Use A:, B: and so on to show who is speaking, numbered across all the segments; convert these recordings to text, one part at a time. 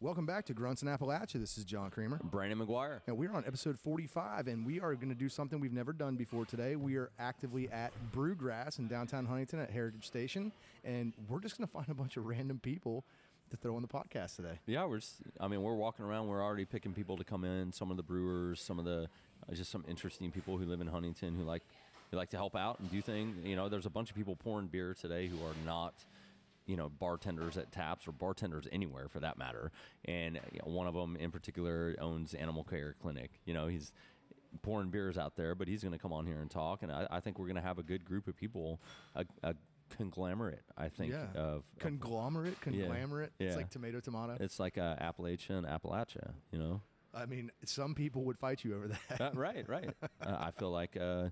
A: Welcome back to Grunts in Appalachia. This is John Creamer.
B: Brandon McGuire.
A: And we're on episode 45, and we are going to do something we've never done before today. We are actively at Brewgrass in downtown Huntington at Heritage Station, and we're just going to find a bunch of random people to throw on the podcast today.
B: Yeah, we're. Just, I mean, we're walking around. We're already picking people to come in. Some of the brewers, some of the uh, just some interesting people who live in Huntington who like who like to help out and do things. You know, there's a bunch of people pouring beer today who are not. You know, bartenders at taps or bartenders anywhere for that matter. And uh, you know, one of them in particular owns Animal Care Clinic. You know, he's pouring beers out there, but he's going to come on here and talk. And I, I think we're going to have a good group of people, a, a conglomerate, I think,
A: Yeah.
B: of, of
A: conglomerate, conglomerate. It's
B: yeah.
A: like tomato, tomato.
B: It's like uh, Appalachian Appalachia, you know.
A: I mean, some people would fight you over that.
B: Uh, right, right. Uh, I feel like uh,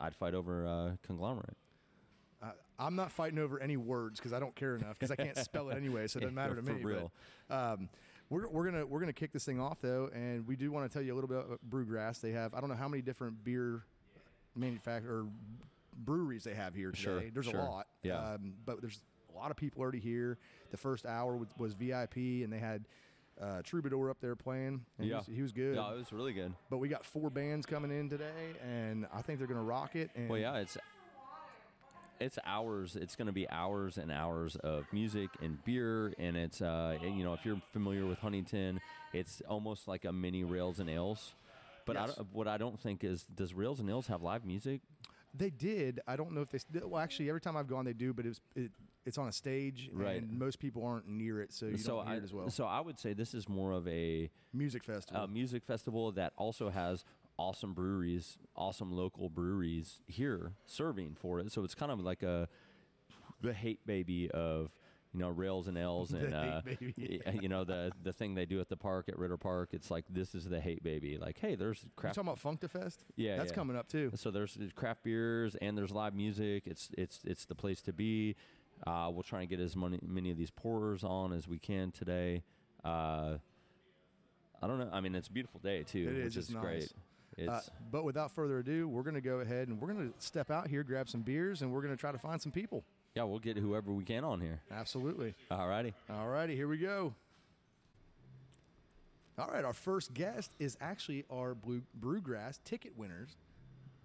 B: I'd fight over uh, conglomerate.
A: I'm not fighting over any words because I don't care enough because I can't spell it anyway, so it doesn't
B: Yeah,
A: matter to
B: for
A: me.
B: real.
A: But, um, we're, we're gonna we're gonna kick this thing off though, and we do want to tell you a little bit about Brewgrass. They have I don't know how many different beer manufacturer or breweries they have here today.
B: Sure,
A: there's
B: sure.
A: a lot,
B: Yeah.
A: um, but there's a lot of people already here. The first hour was, was VIP, and they had uh, Troubadour up there playing. And he, was, he was good.
B: Yeah, it was really good.
A: but we got four bands coming in today, and I think they're gonna rock it. And
B: Well, yeah, it's it's hours. It's going to be hours and hours of music and beer, and it's uh, and, you know if you're familiar with Huntington, it's almost like a mini Rails and Ales. But I
A: Yes.
B: don't, what I don't think is, does Rails and Ales have live music?
A: They did. I don't know if they. st- Well, actually, every time I've gone, they do. But it was it, it's on a stage,
B: Right.
A: And most people aren't near it, so you
B: so
A: don't hear
B: I
A: it as well.
B: so Oh, I would say this is more of a
A: Music festival.
B: a music festival that also has awesome breweries, awesome local breweries here serving for it. So it's kind of like a the hate baby of you know rails and L's and
A: hate
B: uh,
A: baby,
B: y- you know the the thing they do at the park at Ritter Park. It's like this is the hate baby. Like hey, there's
A: you
B: craft.
A: talking about Funkafest?
B: Yeah,
A: that's
B: yeah.
A: coming up too.
B: So there's craft beers and there's live music. It's it's it's the place to be. Uh, we'll try and get as many, many of these pourers on as we can today. Uh, I don't know. I mean, it's a beautiful day too,
A: It is,
B: which
A: it's
B: is
A: nice.
B: great. It's
A: Uh, but without further ado, we're going to go ahead and we're going to step out here, grab some beers, and we're going to try to find some people.
B: yeah, we'll get whoever we can on here.
A: Absolutely.
B: All righty.
A: All righty, here we go. All right, our first guest is actually our Blue Brewgrass ticket winners,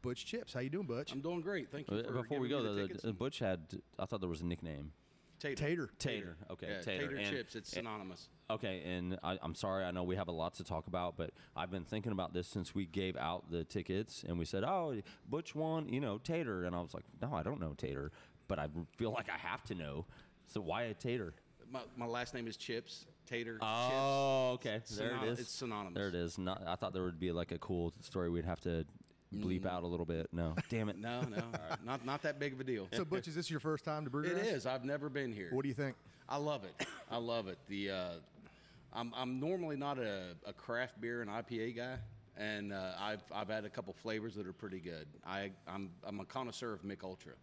A: Butch Chips. How you doing, Butch?
C: I'm doing great. Thank you. For
B: Uh, Before we
C: giving me
B: go,
C: the
B: the,
C: tickets
B: the
C: and-
B: Butch had. I thought there was a nickname.
C: tater.
A: Tater.
B: Tater. Okay,
C: Yeah,
B: tater.
C: tater,
B: And-
C: chips. It's synonymous.
B: Okay, and I, I'm sorry. I know we have a lot to talk about, but I've been thinking about this since we gave out the tickets and we said, "Oh, Butch won," you know, Tater, and I was like, "No, I don't know Tater, but I feel like I have to know." So why a Tater?
C: My, my last name is Chips. Tater.
B: Oh, okay,
C: It's
B: there
C: synony-
B: it is.
C: it's synonymous.
B: There it is. Not, I thought there would be like a cool story we'd have to bleep out a little bit. No, Mm. damn it.
C: Chips. No, no, not not that big of a deal.
A: So, Butch, is this your first time to Brewgrass?
C: it is. I've never been here.
A: What do you think?
C: I love it. I love it. The uh, I'm I'm normally not a, a craft beer and IPA guy, and uh, I've I've had a couple flavors that are pretty good. I I'm I'm a connoisseur of Mick Ultra.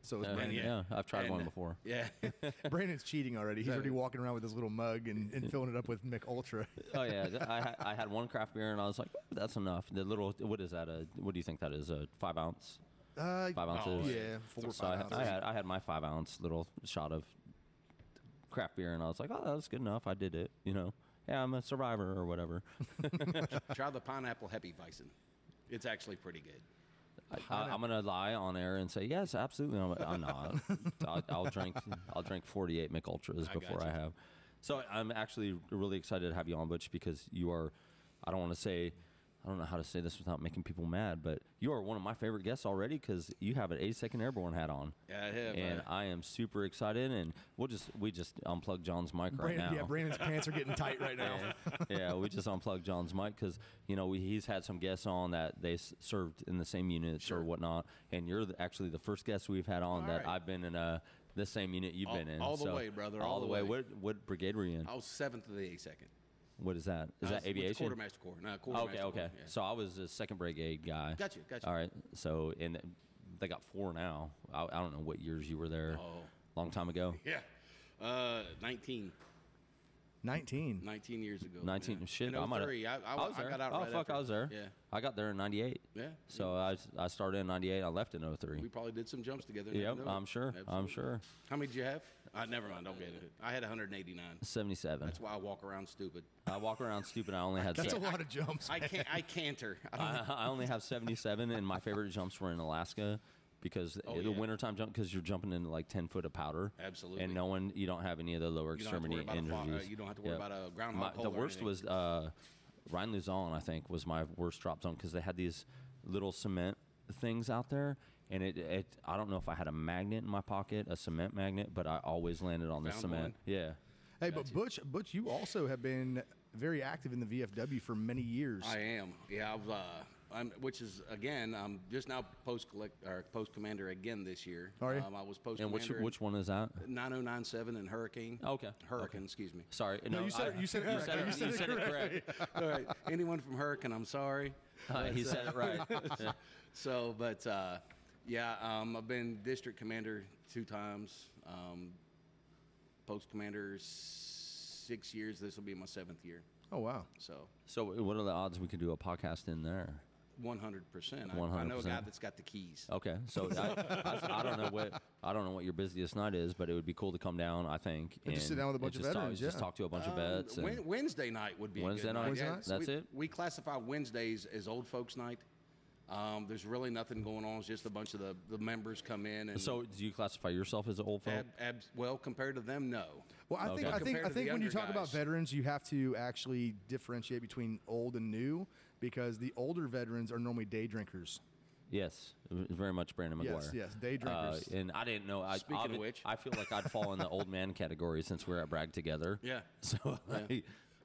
A: So it's
B: Uh,
A: Brandon.
B: yeah, I've tried
C: And-
B: one before.
C: Yeah.
A: Oh, Brandon's cheating already. He's
C: That
A: already
C: is-
A: walking around with his little mug and, and filling it up with Mick Ultra.
B: oh yeah, th- I, ha- I had one craft beer and I was like, "Oh, that's enough. The little, what is that? A what do you think that is? A five ounce,
A: Uh,
B: five ounces.
A: yeah, four or
B: so I,
A: five
B: I
A: ounces.
B: had I had my five ounce little shot of craft beer and I was like, oh, that's good enough. I did it. You know, yeah, I'm a survivor or whatever.
C: Try the pineapple happy bison. It's actually pretty good.
B: I, I'm gonna lie on air and say yes, absolutely. I'm, I'm not. I'll, I'll drink. I'll drink 48 Mick Ultras
C: I
B: before
C: gotcha.
B: I have. So I'm actually really excited to have you on, Butch, because you are. I don't want to say. I don't know how to say this without making people mad, but you are one of my favorite guests already because you have an 82nd Airborne hat on.
C: Yeah, I have,
B: And
C: uh,
B: I am super excited, and we'll just we just unplug John's mic right
A: Brandon,
B: now.
A: yeah, Brandon's pants are getting tight right now.
B: yeah, we just unplugged John's mic because you know we, he's had some guests on that they s- served in the same units or whatnot, and you're the, actually the first guest we've had on
C: All
B: that
C: right.
B: I've been in uh the same unit you've
C: All-
B: been in.
C: all the way, brother,
B: All, the way.
C: way.
B: What what brigade were you in?
C: I was seventh of the A second.
B: What is that? Is that
C: I was with the
B: aviation?
C: Quartermaster Corps. No,
B: Okay,
C: quartermaster
B: okay.
C: Corps, yeah.
B: So I was a second brigade guy.
C: Gotcha, gotcha.
B: All right. So and they got four now. I, I don't know what years you were there.
C: Oh.
B: Long time ago.
C: Yeah. Uh, 19,
A: Nineteen.
C: 19 years ago.
B: 19
C: yeah.
B: shit.
C: In
B: I might
C: 03, I, I,
B: was
C: I
B: there.
C: got out
B: Oh
C: right
B: fuck,
C: after.
B: I was there.
C: Yeah.
B: I got there in 98.
C: Yeah.
B: So I, I started in 98, I left in 03.
C: We probably did some jumps together.
B: Yep,
C: never know.
B: I'm sure. I'm
C: Absolutely.
B: sure.
C: How many did you have? Uh, never mind. Don't get it. I had 189.
B: 77.
C: That's why I walk around stupid.
B: I walk around stupid. I only had.
A: That's a
B: se-
A: lot of jumps.
C: I can't. I canter. I don't
B: I, I only have 77, and my favorite jumps were in Alaska because
C: Oh,
B: the
C: yeah.
B: wintertime jump because you're jumping in like 10 foot of powder.
C: Absolutely.
B: And no one, you don't have any of the lower
C: You don't have to
B: extremity
C: worry about a fo- uh,
B: injuries.
C: you don't have to worry about a groundhog
B: My-
C: pole
B: The
C: or
B: worst
C: anything.
B: was uh, Ryan Luzon, I think, was my worst drop zone because they had these little cement things out there. And it, it, I don't know if I had a magnet in my pocket, a cement magnet, but I always landed on the
C: Found
B: cement.
C: one.
B: Yeah.
A: Hey, but Butch, Butch, you also have been very active in the VFW for many years.
C: I am. Yeah, I've, uh, I'm, which is again, I'm just now post collect or post commander again this year.
A: Are you?
C: Um, I was post
B: And which,
C: commander.
B: which one is that?
C: 9097 and Hurricane.
B: Oh, Okay.
C: Hurricane, excuse me.
B: Sorry.
A: No, you said
B: I-
A: it- you said it
B: you
A: correct.
B: said it,
A: You said
B: you
A: it
B: said it correct.
C: All right. Anyone from Hurricane, I'm sorry.
B: Uh, he said it right. Yeah.
C: So, but uh, yeah, um, I've been district commander two times, um, post commander s- six years. This will be my seventh year.
A: Oh wow.
C: So,
B: So, what are the odds we could do a podcast in there?
C: 100%. I, I know a
B: 100%.
C: guy that's got the keys.
B: Okay, so I, I, I don't know what I don't know what your busiest night is, but it would be cool to come down. I think
A: And just sit down with a bunch of
B: just
A: veterans,
B: Talk, just
A: yeah. Uh,
B: talk to a bunch of
C: Um,
B: vets. and-
C: Wed- Wednesday night would be a good
B: Wednesday night?
A: Wednesday
C: Yeah,
A: night?
B: That's
C: we-
B: it?
C: We classify Wednesdays as old folks' night. Um, there's really nothing going on. It's just a bunch of the, the members come in and
B: so, do you classify yourself as an old folk?
C: ab, abs, well compared to them, no.
A: Well, I think
B: Okay.
A: I think
C: Compared
A: I
C: to
A: think
C: the
A: when you
C: younger
A: talk about
C: guys.
A: veterans, you have to actually differentiate between old and new because the older veterans are normally day drinkers.
B: Yes, v- very much Brandon McGuire.
A: Yes, yes, day
B: Uh,
A: drinkers.
B: and I didn't know. I,
C: Speaking of
B: obvi-
C: which.
B: I feel like I'd fall in the old man category since we're at Bragg together.
C: Yeah.
B: So, like,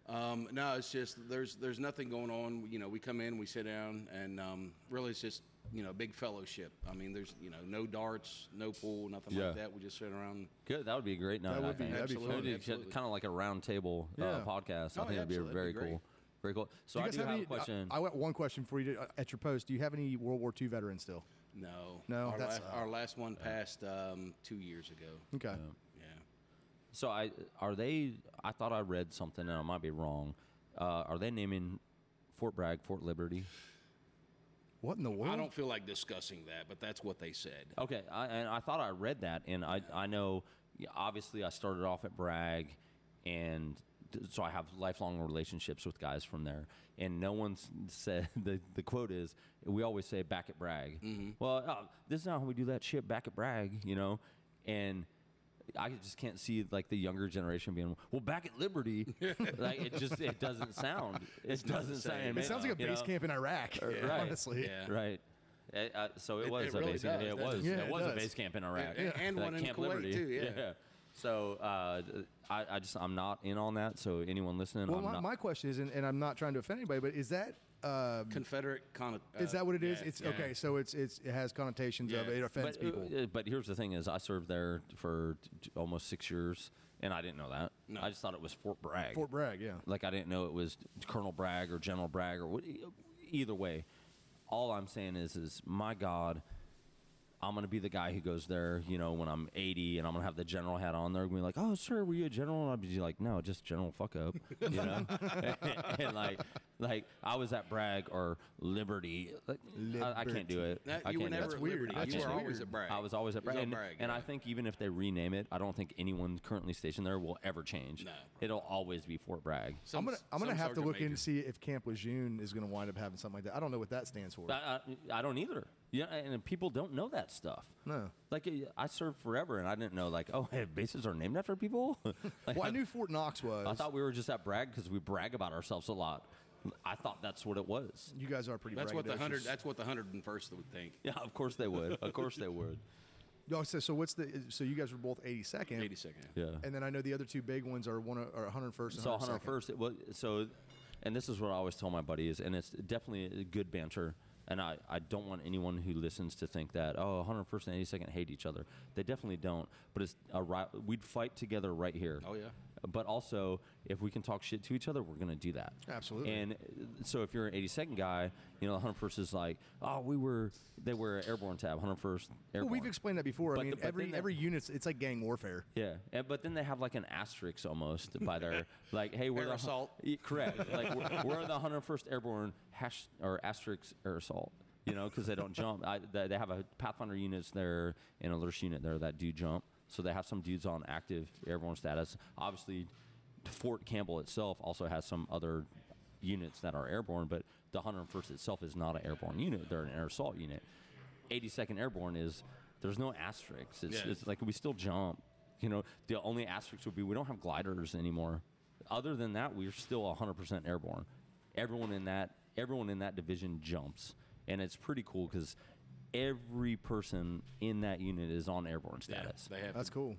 C: Um, no, it's just there's there's nothing going on. You know, we come in, we sit down, and um, really it's just you know big fellowship. I mean, there's you know no darts, no pool, nothing
B: Yeah.
C: like that. We just sit around.
B: good. That would be a great night.
A: That
B: I
A: would be-
B: think.
A: that'd be Absolutely, fun.
C: absolutely.
B: Kind of like a round table uh,
A: Yeah.
B: podcast.
C: Oh,
B: I think
C: yeah,
B: it'd be
C: absolutely,
B: very
C: that'd be great.
B: cool. Very cool. So I do have, a
A: any? uh,
B: question.
A: I, I got one question for you to, at your post. Do you have any World War II veterans still?
C: No,
A: No,
C: Our,
A: that's-
C: la- our last one passed um, two years ago.
A: Okay.
C: Yeah.
B: So I are they? I thought I read something, and I might be wrong. Uh, are they naming Fort Bragg Fort Liberty?
A: What in the world?
C: I don't feel like discussing that, but that's what they said.
B: Okay, I, and I thought I read that, and I I know yeah, obviously I started off at Bragg, and th- so I have lifelong relationships with guys from there, and no one's said the the quote is we always say back at Bragg.
A: Mm-hmm.
B: Well, uh, this is not how we do that shit back at Bragg, you know, and. I just can't see like the younger generation being well back at Liberty, like it just it doesn't sound it doesn't sound.
A: it sounds like a
B: you
A: base
B: know?
A: camp in Iraq.
B: right.
A: Honestly.
C: Yeah.
B: Right. Uh, uh, so it,
C: It-
B: was
C: it
B: a
C: really
B: base camp.
C: does,
B: It
C: doesn't
B: was.
A: it? Yeah,
B: it
A: it
B: was a
A: does.
B: base camp in Iraq.
C: Yeah, and
B: Like
C: one in
B: Camp
C: Kuwait,
B: Liberty.
C: too, yeah.
B: So uh, th- I, I just I'm not in on that. So anyone listening,
A: Well,
B: I'm
A: my,
B: not.
A: my question is, and, and I'm not trying to offend anybody, but is that um,
C: Confederate con- uh,
A: is that what it is?
C: yeah,
A: it's
C: yeah.
A: okay. So it's it's it has connotations of
C: Yeah.
A: it offends
B: but,
A: people.
B: uh, but here's the thing: is I served there for t- t- almost six years, and I didn't know that. I just thought it was Fort Bragg.
A: Fort Bragg, yeah.
B: Like I didn't know it was Colonel Bragg or General Bragg or what, either way. All I'm saying is, is my God, I'm gonna be the guy who goes there, you know, when I'm 80 and I'm gonna have the general hat on. They're gonna be like, "Oh, sir, were you a general?" And I'll be like, "No, just general fuck up," you know. and, like, like I was at Bragg or Liberty. Like, I, I can't do it.
C: That-
B: I
C: you were
B: can't do
C: never
B: it.
C: at
A: weird.
C: Liberty.
A: That's
C: you
A: just
C: were always
A: weird.
C: at Bragg.
B: I was always at
C: He was
B: Bragg,
C: on
B: and, and I
C: yeah.
B: think even if they rename it, I don't think anyone currently stationed there will ever change.
C: No.
B: It'll always be Fort Bragg.
C: Some-
A: I'm gonna I'm gonna
C: some
A: have to
C: sergeant
A: look in
C: major.
A: and see if Camp Lejeune is gonna wind up having something like that. I don't know what that stands for.
B: I, I, I don't either. Yeah, and people don't know that stuff.
A: No.
B: like uh, I served forever, and I didn't know like, oh, hey, bases are named after people. Like,
A: well, I
B: I-
A: knew Fort Knox was.
B: I thought we were just at brag because we brag about ourselves a lot. I thought that's what it was.
A: you guys are pretty.
C: That's what the
A: braggadocious.
C: hundred. That's what the hundred and first would think.
B: Yeah, of course they would. Of course they would.
A: Y'all said Oh, so. What's the? So you guys were both 82nd.
C: Eighty second.
B: Yeah.
A: And then I know the other two big ones are one or 101st. And
B: So
A: 102nd.
B: 101st, it was so, and this is what I always tell my buddies, and it's definitely a good banter. And I, I don't want anyone who listens to think that oh 101st and 82nd hate each other. They definitely don't. But it's a ri- we'd fight together right here.
C: Oh, yeah.
B: But also, if we can talk shit to each other, we're gonna do that.
A: Absolutely.
B: And uh, so if you're an 82nd guy, you know 101st is like oh we were they were airborne tab 101st.
A: Well,
B: Airborne.
A: we've explained that before.
B: But
A: I mean,
B: the- but then
A: every
B: that-
A: every unit's it's like gang warfare.
B: Yeah, and, but then they have like an asterisk almost by their like, hey, we're
C: Air
B: the
C: assault.
B: Yeah, correct. like we're, we're the 101st Airborne hash or asterisk air assault. You know, because they don't jump. I, they, they have a Pathfinder units there and a Lurch unit there that do jump. So they have some dudes on active airborne status. Obviously, Fort Campbell itself also has some other units that are airborne, but the 101st itself is not an airborne unit. They're an air assault unit. 82nd Airborne is there's no asterisks. It's,
C: Yeah.
B: it's like we still jump. You know, the only asterisk would be we don't have gliders anymore. Other than that, we're still 100% airborne. Everyone in that everyone in that division jumps, and it's pretty cool because every person in that unit is on airborne status.
C: They have
A: That's
C: to,
A: cool.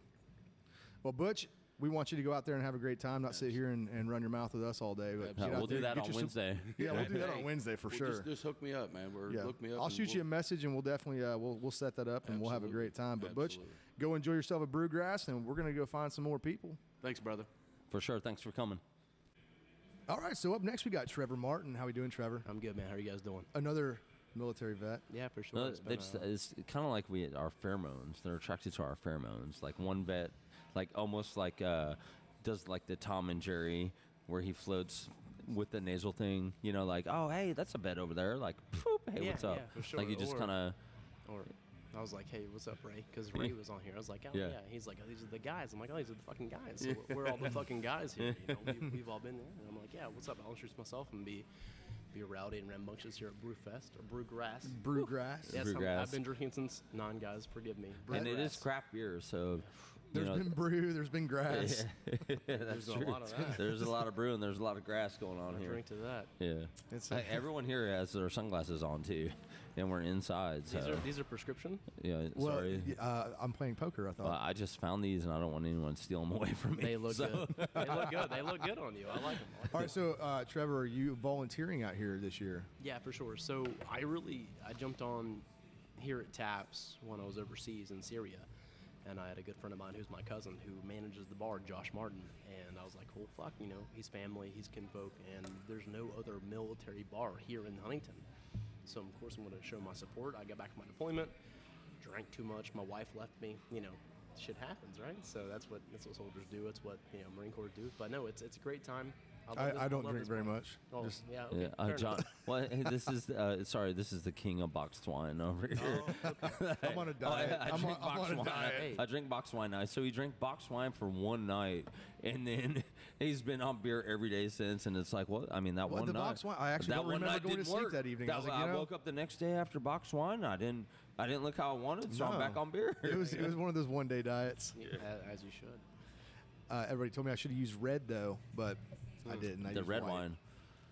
A: Well, Butch, we want you to go out there and have a great time, not sit here and, and run your mouth with us all day. But
B: Uh,
A: get out
B: we'll do
A: there,
B: that
A: get
B: on
A: yourself-
B: Wednesday.
A: Yeah, we'll
C: Hey,
A: do that on
C: hey,
A: Wednesday for
C: well,
A: sure.
C: Just, just hook me up, man. We're,
A: yeah.
C: Look me up.
A: I'll
C: and
A: shoot
C: we'll-
A: you a message and we'll definitely uh, we'll we'll set that up and we'll have a
C: Absolutely.
A: great time. But
C: Absolutely.
A: Butch, go enjoy yourself at Brewgrass, and we're gonna go find some more people.
C: Thanks, brother.
B: For sure. Thanks for coming.
A: All right, so up next we got Trevor Martin. How we doing, Trevor?
D: I'm good, man. How are you guys doing?
A: Another military vet.
D: Yeah, for
B: No,
D: sure. It's
B: they
D: been,
B: just,
D: uh,
B: it's kind of like we our pheromones. They're attracted to our pheromones. Like one vet, like almost like uh, does like the Tom and Jerry where he floats with the nasal thing. You know, like oh hey, that's a bed over there. Like "Phoop, hey,
D: Yeah,
B: what's up?
D: yeah, for sure.
B: Like you just
D: Or-
B: kind of
D: or I was like, hey, what's up, Ray? Because Ray was on here. I was like, oh
B: Yeah.
D: yeah. He's like, oh, these are the guys. I'm like, oh, these are the fucking guys. So we're- we're all the fucking guys here. You know, we, we've all been there. And I'm like, yeah, what's up? I'll introduce myself and be be rowdy and rambunctious here at Brewfest or Brewgrass.
A: Brewgrass.
D: Yes, I'm-
B: Mm. Brewgrass.
D: I've been drinking since nine guys. Forgive me.
B: and it is
D: Brewgrass.
B: crap beer. So
A: There's
B: you know,
A: been brew. There's been grass.
B: that's
D: There's a
B: true.
D: lot of that.
B: There's a lot of brew and there's a lot of grass going on here.
D: Drink to that.
B: Yeah,
A: It's
B: Uh,
A: a-
B: everyone here has their sunglasses on too, and we're inside. So
D: These are these are prescription.
B: yeah,
A: Well,
B: sorry.
A: y- uh, I'm playing poker. I thought.
B: Well, I just found these, and I don't want anyone to steal them away from me.
D: They look
B: so-
D: good. They look good. They look good on you. I like them.
A: All right, so uh, Trevor, are you volunteering out here this year?
D: Yeah, for sure. So I really I jumped on here at Taps when I was overseas in Syria, and I had a good friend of mine who's my cousin who manages the bar, Josh Martin, and I was like, well, fuck, you know, he's family, he's kinfolk, and there's no other military bar here in Huntington. So of course I'm going to show my support. I got back from my deployment, drank too much, my wife left me, you know. Shit happens, right? So that's what that's what soldiers do. It's what you know Marine Corps do. But no, it's it's a great time. love
A: I,
D: this-
A: I don't
D: love
A: drink
D: this
A: very
D: bar.
A: much.
D: Oh,
A: Just-
D: yeah,
B: Yeah,
D: okay,
B: uh,
D: fair
B: John.
D: enough.
B: Well, hey, this is uh, sorry. This is the king of boxed wine over here.
A: I'm on a Oh,
B: Oh, I,
A: diet.
B: I
A: I'm, on,
B: drink
A: I'm
B: boxed
A: on a
B: wine.
A: diet.
D: Hey.
B: I drink boxed wine now. So he drank boxed wine for one night, and then he's been on beer every day since. And it's like, what? I mean, that
A: Well,
B: one
A: the
B: night.
A: boxed wine- I actually
B: that
A: don't
B: one
A: remember
B: night
A: going to
B: didn't
A: sleep
B: work.
A: that evening. I was like, you
B: I
A: know-
B: woke up the next day after boxed wine. I didn't. I didn't look how I wanted, so I'm back
A: No.
B: on beer.
A: It was it was one of those one day diets.
D: A- As you should.
A: Uh, everybody told me I should have used red though, but I didn't. I
B: the
A: used
B: red
A: white.
B: wine.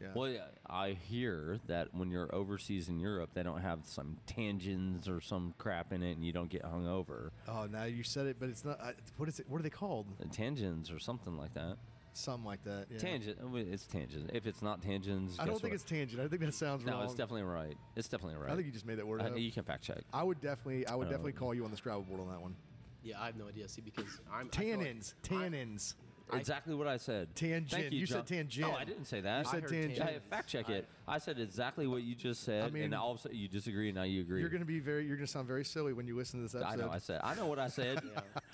A: Yeah.
B: Well, yeah, I hear that when you're overseas in Europe, they don't have some tangins or some crap in it, and you don't get hung over.
A: Oh, now you said it, but it's not. I, what is it? What are they called?
B: Uh, Tangins or something like that.
A: Something like that. Yeah.
B: Tangent. I mean, It's tangent. If it's not tangents,
A: I
B: guess
A: don't think
B: what?
A: it's tangent. I think that sounds
B: No,
A: wrong.
B: it's definitely right. It's definitely right.
A: I think you just made that word
B: I-
A: up.
B: you can fact check.
A: I would definitely, I would
B: Uh,
A: definitely call you on the Scrabble board on that one.
D: Yeah, I have no idea. See, because I'm I feel like-
A: Tannins, tannins.
D: I-
B: exactly what I said. Thank
A: Tangent.
B: you,
A: You said
B: John.
A: tangent.
B: No, I didn't say that.
A: You said
D: heard
A: tangent.
B: Yeah,
D: tangents.
B: fact check
D: I-
B: it. I said exactly what you just said,
A: mean-
B: and all of a sudden you disagree, and now you agree.
A: You're gonna be very, you're gonna sound very silly when you listen to this
B: I
A: episode.
B: know. I said. I know what I said.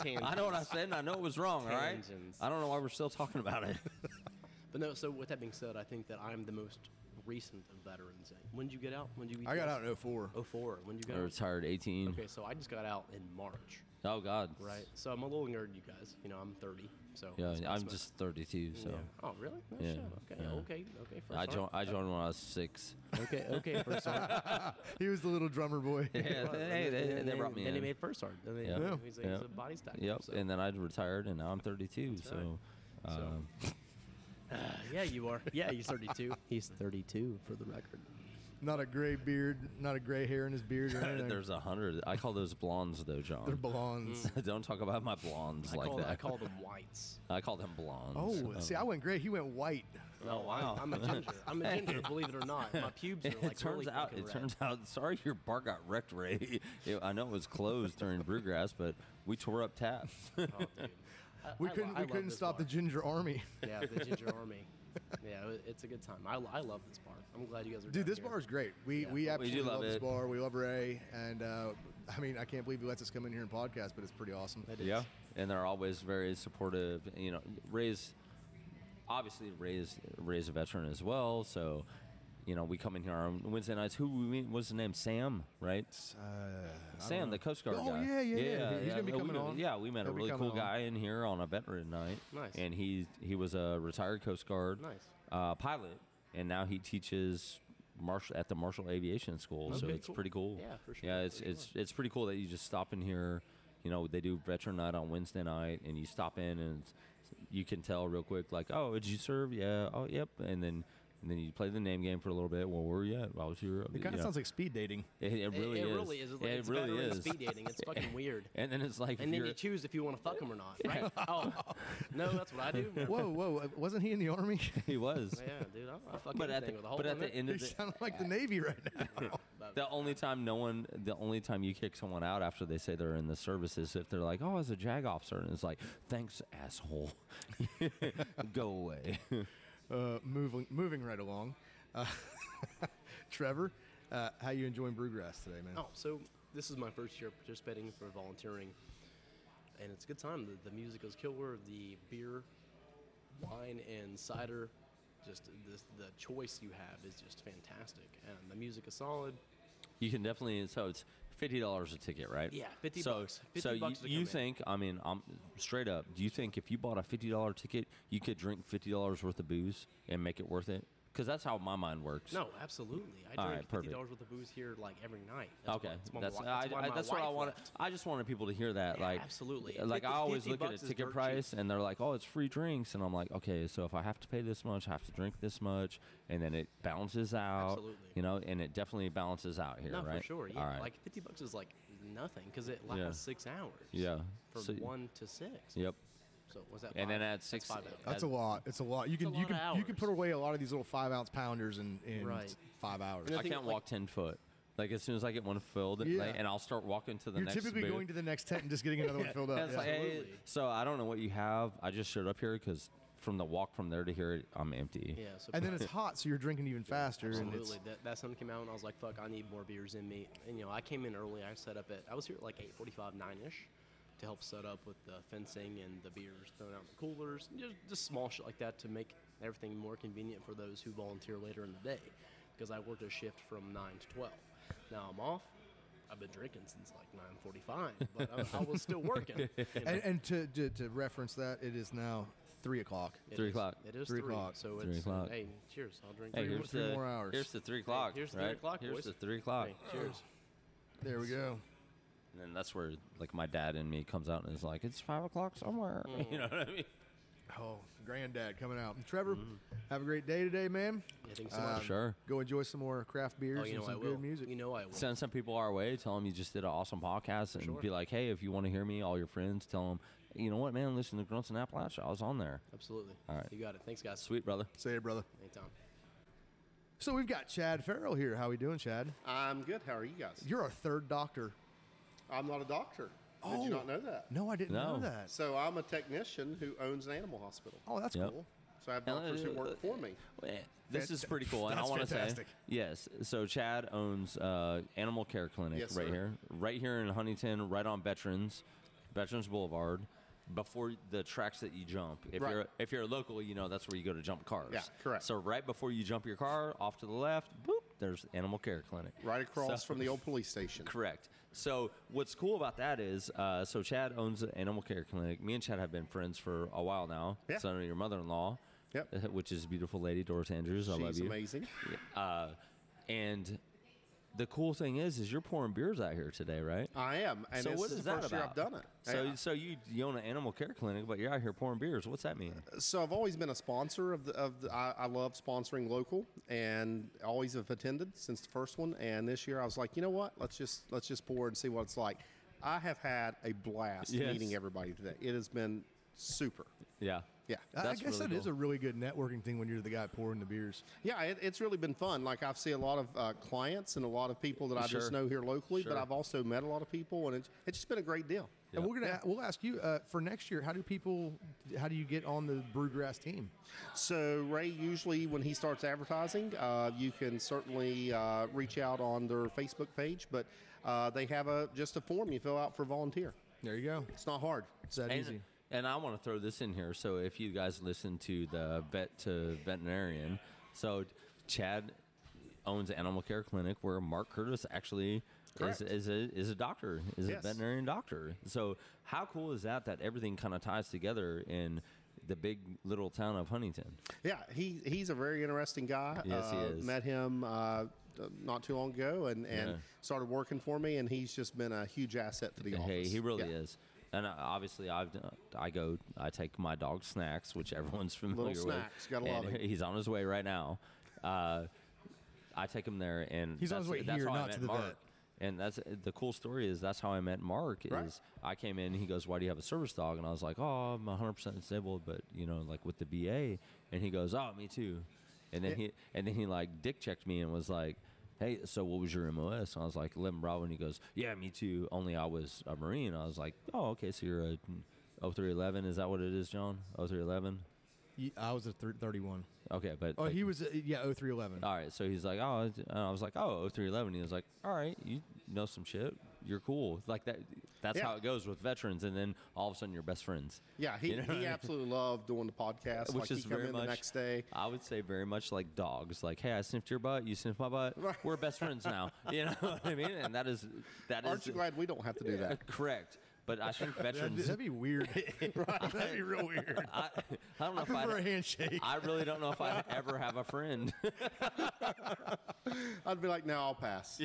D: Yeah.
B: I know what I said, and I know it was wrong. All right.
D: Tangents.
B: I don't know why we're still talking about it.
D: but no. So with that being said, I think that I'm the most recent of veterans. When did you get out? When did you?
A: I got out in 04.
D: Oh four. When did you
B: I
D: get out?
B: retired 18.
D: Okay, so I just got out in March.
B: Oh God.
D: Right. So I'm a little younger than you guys. You know, I'm 30. So
B: Yeah,
D: it's-
B: I'm
D: it's-
B: just 32. So
D: yeah. Oh really? No
B: Yeah,
D: shit. Okay.
B: yeah.
D: Okay. Okay. First
B: I
D: sergeant.
B: joined. I joined when I was six.
D: Okay. Okay. First sergeant.
A: he was the little drummer boy.
B: Yeah,
D: Right,
B: they,
D: and
B: they-
D: then-
B: they-
D: and
B: they
D: then-
B: brought me
D: Then he
B: in.
D: made first sergeant. And then he-
A: Yeah.
D: He's, a, he's
B: Yeah.
D: a body stack.
B: Yep.
D: So.
B: And then I retired, and now I'm 32.
D: That's
B: so.
D: right. So- Uh,
B: um,
D: yeah, you are. Yeah, he's 32. he's 32 for the record.
A: Not a gray beard, not a gray hair in his beard or anything.
B: There's a hundred. I call those blondes, though, John.
A: They're blondes.
D: Mm.
B: Don't talk about my blondes like
D: I call,
B: that.
D: I call them whites.
B: I call them blondes.
A: Oh,
B: Um,
A: see, I went gray. He went white.
D: No,
B: wow.
D: I'm, I'm a ginger. I'm a ginger, believe it or not. My pubes are
B: it
D: like
B: turns
D: really
B: out.
D: fucking
B: It
D: red.
B: turns out. Sorry, your bar got wrecked, Ray. It- I know it was closed during Brewgrass, but we tore up taps.
D: Oh, dude. I-
A: We
D: I lo-
A: couldn't,
D: I
A: we
D: love
A: couldn't
D: this
A: stop the
D: bar.
A: ginger army.
D: Yeah, the ginger army. Yeah, it- it's a good time. I, lo- I love this bar. I'm glad you guys are.
A: Dude,
D: down
A: this
D: here.
A: bar is great. We
D: Yeah. We
A: we
D: do
A: absolutely
B: love
A: love, this
B: it.
A: bar. We love Ray, and uh, I mean, I can't believe he lets us come in here and podcast, but it's pretty awesome.
D: It is.
B: yeah, and they're always very supportive. You know, Ray's obviously Ray's Ray's a veteran as well, so you know, we come in here on Wednesday nights. Who we meet- what's his name? Sam, right?
A: Uh,
B: Sam, the Coast Guard
A: Oh,
B: guy.
A: yeah, yeah, yeah. He's gonna be
B: we
A: coming
B: met-
A: on.
B: Yeah, we met
A: He'll
B: a
A: be
B: really
A: coming
B: cool
A: on.
B: guy in here on a veteran night.
D: Nice.
B: And he he was a retired Coast Guard
D: Nice.
B: uh, pilot, and now he teaches martial at the Marshall Aviation School. so
D: Okay,
B: it's
D: cool.
B: pretty cool.
D: Yeah, for sure.
B: Yeah, it's
D: Pretty
B: it's it's pretty cool that you just stop in here. You know, they do veteran night on Wednesday night, and you stop in and it's- you can tell real quick, like, oh, did you serve? Yeah. Oh, yep. And then. And then you play the name game for a little bit. Well, where were you at? I was here.
A: It kind of sounds like speed dating.
B: It, it
D: It-
B: really
D: it,
B: is.
D: really is. It's like
B: Yeah,
D: it's
B: it really
D: veteran
B: is.
D: speed dating. It's fucking weird.
B: And then it's like, if
D: And then
B: you're,
D: you choose if you want to fuck him or not, right? Oh, no, that's what I do. Yeah,
A: Whoa, whoa! uh, Wasn't he in the army?
B: he was.
D: dude, I, I fuck
B: But at the,
D: anything with a whole
B: but at the end
A: you
B: of the,
A: sound like the Navy right now.
B: the only time no one, the only time you kick someone out after they say they're in the service is if they're like, oh, as a JAG officer, and it's like, thanks, asshole, go away.
A: Uh, moving, moving right along. Uh, Trevor, uh, how you enjoying Brewgrass today, man?
D: Oh, so this is my first year participating for volunteering, and it's a good time. The, the music is killer. The beer, wine, and cider, just this, the choice you have is just fantastic, and the music is solid.
B: You can definitely. So it's fifty dollars a ticket, right?
D: Yeah, 50
B: so,
D: bucks. 50
B: so
D: bucks
B: you,
D: to
B: you
D: come in.
B: think? I mean, I'm straight up. Do you think if you bought a fifty dollar ticket, you could drink fifty dollars worth of booze and make it worth it? Because that's how my mind works.
D: No, absolutely. I
B: All
D: drink
B: right,
D: fifty
B: perfect.
D: dollars worth of booze here like every night.
B: okay,
D: why- why my
B: that's
D: wi-
B: I,
D: why
B: I,
D: my
B: that's what I
D: wife
B: wanted.
D: left.
B: I just wanted people to hear that.
D: Yeah,
B: like
D: absolutely.
B: Like I
D: Fifty-
B: always
D: 50
B: look at a
D: bucks is dirt
B: ticket
D: cheap.
B: price and they're like, "Oh, it's free drinks," and I'm like, "Okay, so if I have to pay this much, I have to drink this much," and then it balances out.
D: Absolutely.
B: You know, and it definitely balances out here,
D: No,
B: right?
D: for sure. Yeah,
B: All right.
D: like fifty bucks is like nothing because it lasts
B: Yeah.
D: six hours.
B: Yeah.
D: from
B: So-
D: one to six.
B: Yep.
D: So was that?
B: And then
D: five?
B: at
D: That's
B: six- Oh.
D: five hours.
A: That's a
B: That's-
A: lot. It's a lot. You
D: a
A: can you
D: lot of
A: can you can
D: hours.
A: put away a lot of these little five ounce pounders in, in
D: Right.
A: five hours.
B: I
D: think,
B: can't
D: like-
B: walk ten foot. Like as soon as I get one filled,
A: Yeah.
B: like, and I'll start walking to the
A: You're
B: next.
A: typically
B: booth.
A: going to the next tent and just getting another one filled
B: And
A: up.
B: it's
A: yeah.
B: like, hey,
D: Absolutely.
B: so I don't know what you have. I just showed up here because from the walk from there to here, I'm empty.
D: Yeah. So
A: and then it's hot, so you're drinking even faster. And it's,
D: Absolutely. That, that sun came out, and I was like, "Fuck, I need more beers in me." And you know, I came in early. I set up at I was here at like 8:45, 9ish, to help set up with the fencing and the beers thrown out in the coolers, and just, just small shit like that to make everything more convenient for those who volunteer later in the day, because I worked a shift from nine to twelve. Now I'm off. I've been drinking since like 9:45, but I, I was still working. you know.
A: and, and to, to to reference that, it is now three o'clock.
D: It
B: Three
D: is-
B: o'clock.
D: It is
A: Three
D: three,
A: o'clock.
D: So
B: Three
D: it's uh,
B: o'clock.
D: hey, cheers. I'll drink.
B: Hey,
D: three
B: here's
A: three
B: the
A: more hours.
B: here's the three o'clock.
D: here's the
B: right?
D: three o'clock,
B: Here's
D: boys.
B: the three o'clock.
D: Hey, cheers.
A: There we go.
B: And then that's where like my dad and me comes out and is like, it's five o'clock somewhere. You know what I mean?
A: Oh, granddad coming out. And Trevor,
D: Mm-hmm.
A: have a great day today, man.
D: Yeah, thanks so
A: Um,
D: much.
B: Sure.
A: Go enjoy some more craft beers
D: Oh, you
A: and
D: know I
A: some
D: will.
A: good music.
D: You know I will.
B: Send some people our way. Tell them you just did an awesome podcast and be like, hey, if you want to hear me, all your friends, tell them, you know what, man, listen to Grunts and Appalachia. I was on there.
D: Absolutely.
B: All right.
D: You got it. Thanks, guys.
B: Sweet brother.
A: Say it, brother.
D: Anytime.
A: So we've got Chad Farrell here. How we doing, Chad?
E: I'm good. How are you guys?
A: You're our third doctor.
E: I'm not a doctor. Did you
A: Oh.
E: not know that?
A: No, I didn't know
B: No.
A: that.
E: So I'm a technician who owns an animal hospital.
A: Oh, that's
B: Yep.
A: cool.
E: So I have doctors who work for me.
B: Well, Eh, This is
A: Fant-
B: pretty cool, and I
A: that's
B: want to say
A: fantastic.
B: yes. So Chad owns uh, Animal Care Clinic
E: Yes,
B: right
E: sir.
B: here, right here in Huntington, right on Veterans, Veterans Boulevard, before the tracks that you jump. If
E: Right.
B: you're if you're a local, you know that's where you go to jump cars.
E: Yeah, correct.
B: So right before you jump your car, off to the left, boop, there's Animal Care Clinic.
E: Right across
B: So-
E: from the old police station.
B: Correct. So what's cool about that is, uh, so Chad owns an Animal Care Clinic. Me and Chad have been friends for a while now.
E: Yeah.
B: So I know your mother-in-law.
E: Yep.
B: Which is a beautiful lady, Doris Andrews. I love
E: She's
B: you.
E: amazing.
B: Uh, and the cool thing is, is you're pouring beers out here today, right?
E: I am. And
B: so
E: this
B: what
E: is
B: is
E: the
B: that
E: first
B: about?
E: year I've done it.
B: So,
E: Yeah.
B: so you, you own an animal care clinic, but you're out here pouring beers. What's that mean?
E: so I've always been a sponsor of the of the. I, I love sponsoring local, and always have attended since the first one. And this year, I was like, you know what? Let's just let's just pour and see what it's like. I have had a blast
B: Yes.
E: meeting everybody today. It has been super.
B: Yeah.
E: Yeah.
A: I-
B: That's
A: I guess that is
B: really cool.
A: a really good networking thing when you're the guy pouring the beers.
E: Yeah, it, it's really been fun. Like I've seen a lot of uh, clients and a lot of people that I
B: Sure.
E: just know here locally,
B: Sure.
E: but I've also met a lot of people, and it's, it's just been a great deal.
A: And we're gonna we'll ask you uh, for next year. How do people? How do you get on the Brewgrass team?
E: So Ray, usually when he starts advertising, uh, you can certainly uh, reach out on their Facebook page, but uh, they have a just a form you fill out for volunteer.
A: There you go.
E: It's not hard.
A: It's that
B: And,
A: easy.
B: and I want to throw this in here. So if you guys listen to the vet to veterinarian, so Chad owns Animal Care Clinic, where Mark Curtis actually is,
E: Correct.
B: is, a, is a doctor, is
E: Yes.
B: a veterinarian doctor. So how cool is that? That everything kind of ties together in the big little town of Huntington.
E: Yeah, he he's a very interesting guy.
B: Yes, he
E: Uh,
B: is.
E: Met him uh, not too long ago, and, and
B: Yeah.
E: started working for me, and he's just been a huge asset to the office.
B: Hey, he really
E: Yeah.
B: is. And uh, obviously, I've done- I go I take my dog snacks, which everyone's familiar
E: Snacks,
B: with.
E: gotta love
B: and
E: him.
B: He's on his way right now. Uh, I take him there, and
A: He's on his
B: that's-
A: way
B: that's
A: here,
B: how I
A: not to
B: met
A: the
B: Mark.
A: vet.
B: And that's the cool story is that's how I met Mark. Is
E: Right.
B: I came in, he goes, "Why do you have a service dog?" And I was like, "Oh, I'm 100 percent disabled, but you know, like with the VA." And he goes, "Oh, me too." And then he and then he like dick checked me and was like, "Hey, so what was your MOS?" And I was like, "11 Bravo." And he goes, "Yeah, me too. Only I was a Marine." I was like, "Oh, okay, so you're a 0311. Is that what it is, John? 0311."
A: Ye- I was a thir- 31.
B: Okay, but
A: Oh,
B: like-
A: he was, uh, yeah, 0311.
B: all right, so he's like, oh, it's- and I was like, oh, 0311. He was like, all right, you know some shit. You're cool. Like that. That's
E: Yeah.
B: how it goes with veterans, and then all of a sudden you're best friends.
E: Yeah, he,
B: You know what I
E: he
B: mean?
E: absolutely loved doing the podcast.
B: Which
E: like,
B: is
E: he'd come
B: very
E: in
B: much
E: the next day.
B: I would say very much like dogs. Like, hey, I sniffed your butt. You sniffed my butt. We're best friends now. You know what I mean? And that is that is
E: Aren't you glad we don't have to do that?
B: correct. But I think
A: That'd,
B: veterans.
A: that'd be weird. That'd be real weird.
B: I, I don't know if
A: Prefer a
B: I.
A: handshake.
B: I really don't know if I ever have a friend.
E: I'd be like, no, I'll pass.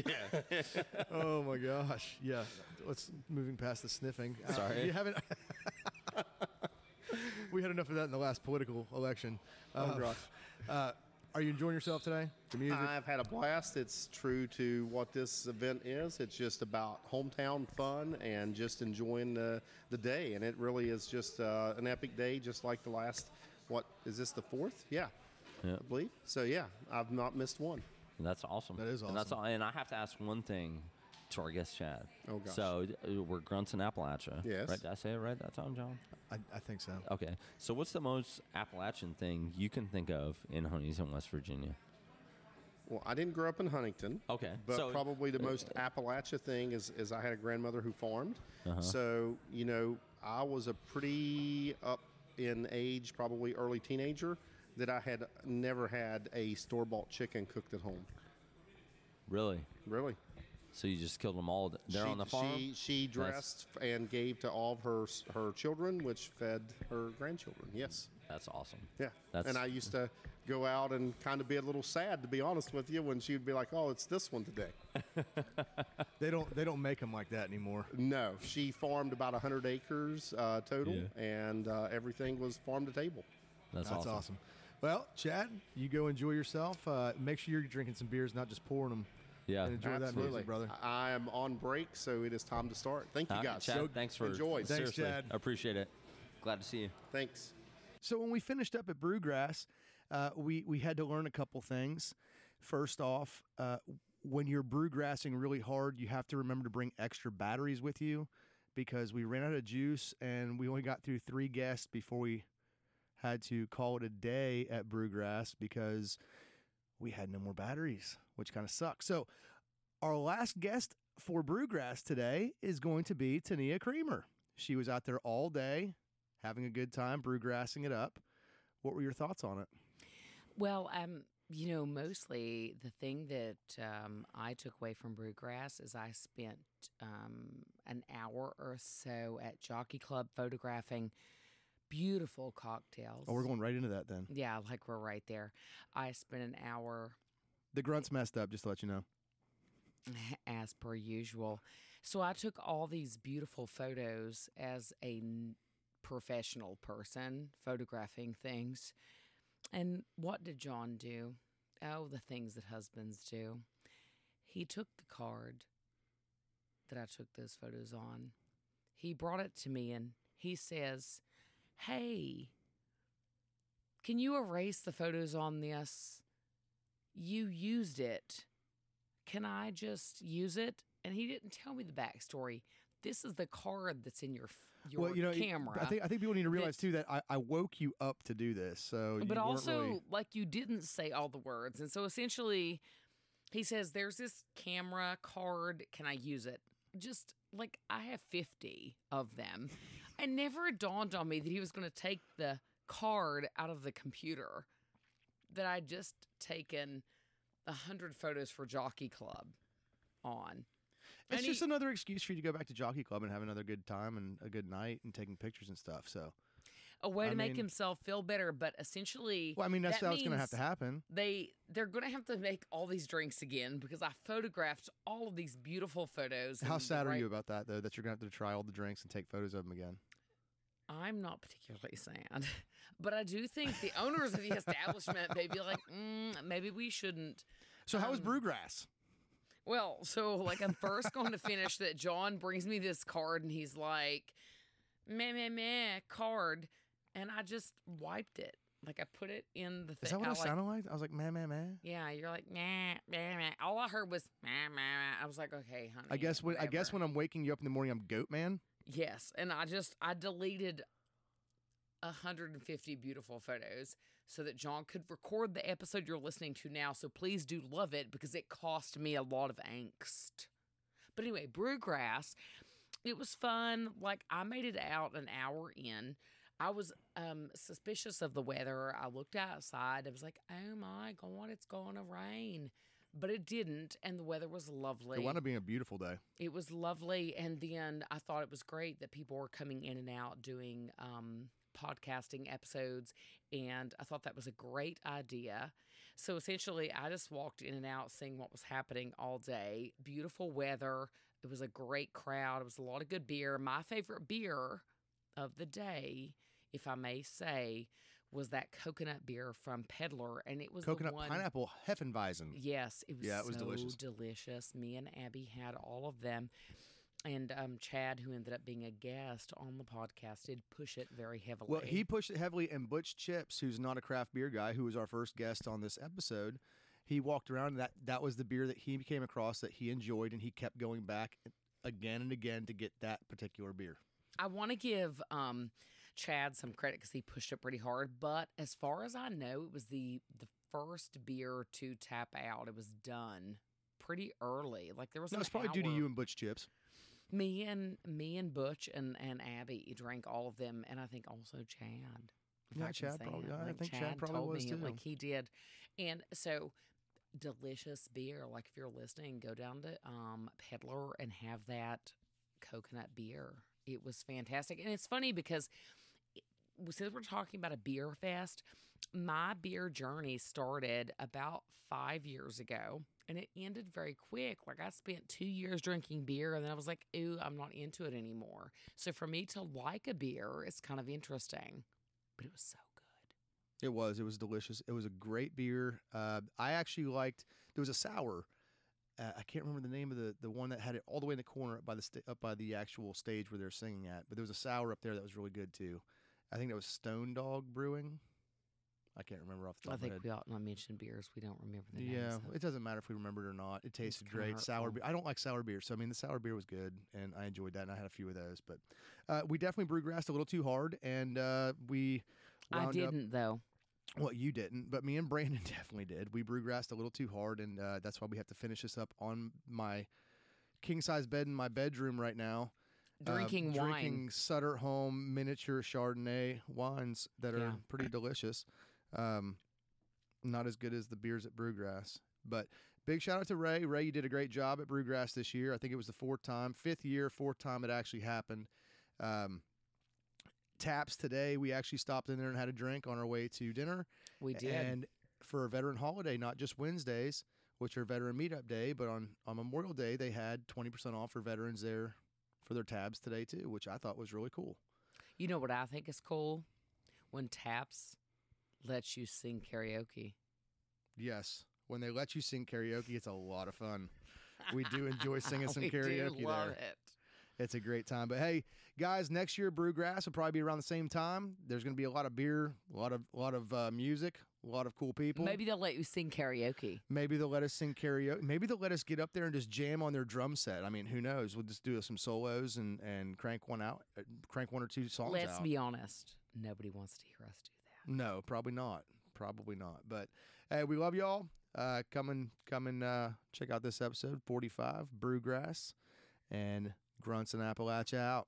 A: oh my gosh. Yeah. Let's moving past the sniffing. Uh,
B: Sorry.
A: you haven't. we had enough of that in the last political election. Uh,
E: gosh.
A: uh, are you enjoying yourself today? The music.
E: I've had a blast. It's true to what this event is. It's just about hometown fun and just enjoying the, the day. And it really is just uh, an epic day, just like the last, what, is this the fourth? Yeah,
B: Yeah.
E: I believe. So, yeah, I've not missed one.
B: And that's awesome.
A: That is
B: And, that's
A: awesome.
B: all, and I have to ask one thing to our guest, Chad.
E: Oh, gosh.
B: So uh, we're Grunts in Appalachia.
E: Yes.
B: Right? Did I say it right that time, John?
A: I, I think so.
B: Okay. So what's the most Appalachian thing you can think of in Huntington, West Virginia?
E: Well, I didn't grow up in Huntington.
B: Okay,
E: But
B: so-
E: probably the most Appalachia thing is, is I had a grandmother who farmed.
B: Uh-huh.
E: So, you know, I was a pretty up in age, probably early teenager, that I had never had a store bought chicken cooked at home.
B: Really?
E: Really?
B: So you just killed them all th- there
E: she,
B: on the farm?
E: She, she dressed and gave to all of her s- her children, which fed her grandchildren. Yes.
B: that's awesome.
E: Yeah.
B: That's,
E: and I used to go out and kind of be a little sad, to be honest with you, when she would be like, oh, it's this one today.
A: They don't. They don't make them like that anymore.
E: No, she farmed about 100 acres uh, total,
B: Yeah.
E: and uh, everything was farm to table.
B: that's,
A: That's awesome. Well, Chad, you go enjoy yourself. Uh, make sure you're drinking some beers, not just pouring them.
B: Yeah.
A: And enjoy that music, brother.
E: I I am on break, so it is time to start. Thank you
B: All right,
E: guys.
B: Uh, Chad,
E: So
B: thanks for
E: enjoy.
A: Thanks,
B: seriously,
A: Chad.
B: I appreciate it. Glad to see you.
E: Thanks.
A: So when we finished up at Brewgrass, uh, we we had to learn a couple things. First off, uh, when you're brewgrassing really hard, you have to remember to bring extra batteries with you because we ran out of juice and we only got through three guests before we had to call it a day at Brewgrass because we had no more batteries, which kind of sucks. So our last guest for Brewgrass today is going to be Tania Creamer. She was out there all day having a good time, brewgrassing it up. What were your thoughts on it?
F: Well, um, you know, mostly the thing that um, I took away from Brewgrass is I spent um, an hour or so at Jockey Club photographing beautiful cocktails.
A: Oh, we're going right into that then.
F: Yeah, like we're right there. I spent an hour
A: The grunts messed up, just to let you know.
F: as per usual. So I took all these beautiful photos as a n- professional person photographing things. And what did John do? Oh, the things that husbands do. He took the card that I took those photos on. He brought it to me and he says, Hey, can you erase the photos on this? You used it can I just use it? And he didn't tell me the backstory. This is the card that's in your f- your
A: it-
F: camera.
A: I think I think people need to realize too that I, I woke you up to do this, so you
F: but
A: weren't
F: also,
A: really-
F: like you didn't say all the words, and so essentially, he says, "There's this camera card. Can I use it?" Just like I have fifty of them, it never dawned on me that he was going to take the card out of the computer that I'd just taken the 100 photos for Jockey Club on.
A: It's
F: And
A: just
F: he-
A: another excuse for you to go back to Jockey Club and have another good time and a good night and taking pictures and stuff. So,
F: a way
A: I
F: to make
A: mean-
F: himself feel better, but essentially,
A: well, I mean, that's
F: that
A: how it's going to have
F: means
A: to happen.
F: They they're going to have to make all these drinks again because I photographed all of these beautiful photos.
A: How
F: and the
A: sad are
F: Mm, right-
A: you about that, though, that you're going to have to try all the drinks and take photos of them again?
F: I'm not particularly sad, but I do think the owners of the establishment may be like, mm, maybe we shouldn't.
A: So, how was
F: Um,
A: Brewgrass?
F: Well, so like I'm first going to finish that John brings me this card and he's like, meh, meh, meh, card. And I just wiped it. Like I put it in the thing.
A: Is that what
F: I
A: I,
F: like,
A: sounded like? I was like, man, man, man.
F: Yeah, you're like, meh, meh, meh. All I heard was, meh, meh, meh. I was like, okay, honey.
A: I guess when I guess
F: whatever."
A: when I'm waking you up in the morning, I'm goat man.
F: Yes, and I just I deleted 150 beautiful photos so that John could record the episode you're listening to now. So please do love it because it cost me a lot of angst. But anyway, Brewgrass, it was fun. Like I made it out an hour in. I was um, suspicious of the weather. I looked outside. I was like, "Oh my god, it's going to rain," but it didn't, and the weather was lovely.
A: It wound up being a beautiful day.
F: It was lovely. And then I thought it was great that people were coming in and out doing um, podcasting episodes. And I thought that was a great idea. So essentially, I just walked in and out seeing what was happening all day. Beautiful weather. It was a great crowd. It was a lot of good beer. My favorite beer of the day, if I may say, was that coconut beer from Peddler. And it was the
A: Coconut
F: one-
A: pineapple Heffenweizen.
F: Yes, it was.
A: Yeah, it was
F: so
A: delicious.
F: delicious. Me and Abby had all of them, and um, Chad, who ended up being a guest on the podcast, did push it very heavily.
A: Well, he pushed it heavily, and Butch Chips, who's not a craft beer guy, who was our first guest on this episode, he walked around. And that that was the beer that he came across that he enjoyed, and he kept going back again and again to get that particular beer.
F: I want to give um, Chad some credit because he pushed it pretty hard. But as far as I know, it was the the first beer to tap out. It was done pretty early. Like there was
A: No,
F: an
A: it's probably due to
F: hour-
A: you and Butch Chips.
F: Me and me and Butch and and Abby drank all of them, and I think also Chad. if
A: Yeah,
F: I can
A: Chad
F: say
A: probably-
F: it.
A: I
F: Like,
A: think Chad probably
F: told
A: was
F: me,
A: too.
F: Like he did, and so delicious beer. Like if you're listening, go down to um, Peddler and have that coconut beer. It was fantastic, and it's funny because it- since we're talking about a beer fest, my beer journey started about five years ago and it ended very quick. Like I spent two years drinking beer, and then I was like, "Ooh, I'm not into it anymore." So for me to like a beer is kind of interesting, but it was so good.
A: It was. It was delicious. It was a great beer. Uh, I actually liked. There was a sour. Uh, I can't remember the name of the the one that had it all the way in the corner up by the sta- up by the actual stage where they're singing at. But there was a sour up there that was really good too. I think that was Stone Dog Brewing. I can't remember off the top
F: I
A: of my
F: think
A: head.
F: we ought not mention beers we don't remember the names.
A: yeah,
F: of.
A: it doesn't matter if we remember it or not. It tasted
F: kinda
A: great. Sour
F: hurtful.
A: beer. I don't like sour beer, so I mean the sour beer was good, and I enjoyed that, and I had a few of those. But uh, we definitely brew grassed a little too hard, and uh, we wound
F: I
A: up
F: didn't though.
A: well, you didn't, but me and Brandon definitely did. We brewgrassed a little too hard, and uh, that's why we have to finish this up on my king size bed in my bedroom right now. uh,
F: Drinking wine.
A: Drinking Sutter Home miniature Chardonnay wines that are
F: Yeah.
A: pretty delicious. Um, not as good as the beers at Brewgrass. But big shout out to Ray. Ray, you did a great job at Brewgrass this year. I think it was the fourth time, fifth year, fourth time it actually happened. Um, taps today, we actually stopped in there and had a drink on our way to dinner.
F: We did.
A: And for a veteran holiday, not just Wednesdays, which are veteran meetup day, but on, on Memorial Day, they had 20% off for veterans there for their tabs today, too, which I thought was really cool.
F: you know what I think is cool when Taps lets you sing karaoke.
A: Yes. When they let you sing karaoke, it's a lot of fun. We do enjoy singing some
F: We do
A: karaoke
F: love
A: there.
F: it.
A: It's a great time. But hey, guys, next year Brewgrass will probably be around the same time. There's going to be a lot of beer, a lot of lot of uh, music, a lot of cool people.
F: Maybe they'll let you sing karaoke.
A: Maybe they'll let us sing karaoke. Maybe they'll let us get up there and just jam on their drum set. I mean, who knows? We'll just do some solos and, and crank one out, uh, crank one or two songs
F: Let's
A: out.
F: be honest. Nobody wants to hear us do that.
A: no, probably not. Probably not. But hey, we love y'all. Uh, come and come and uh, check out this episode forty five, Brewgrass, and Grunts and Appalachia out.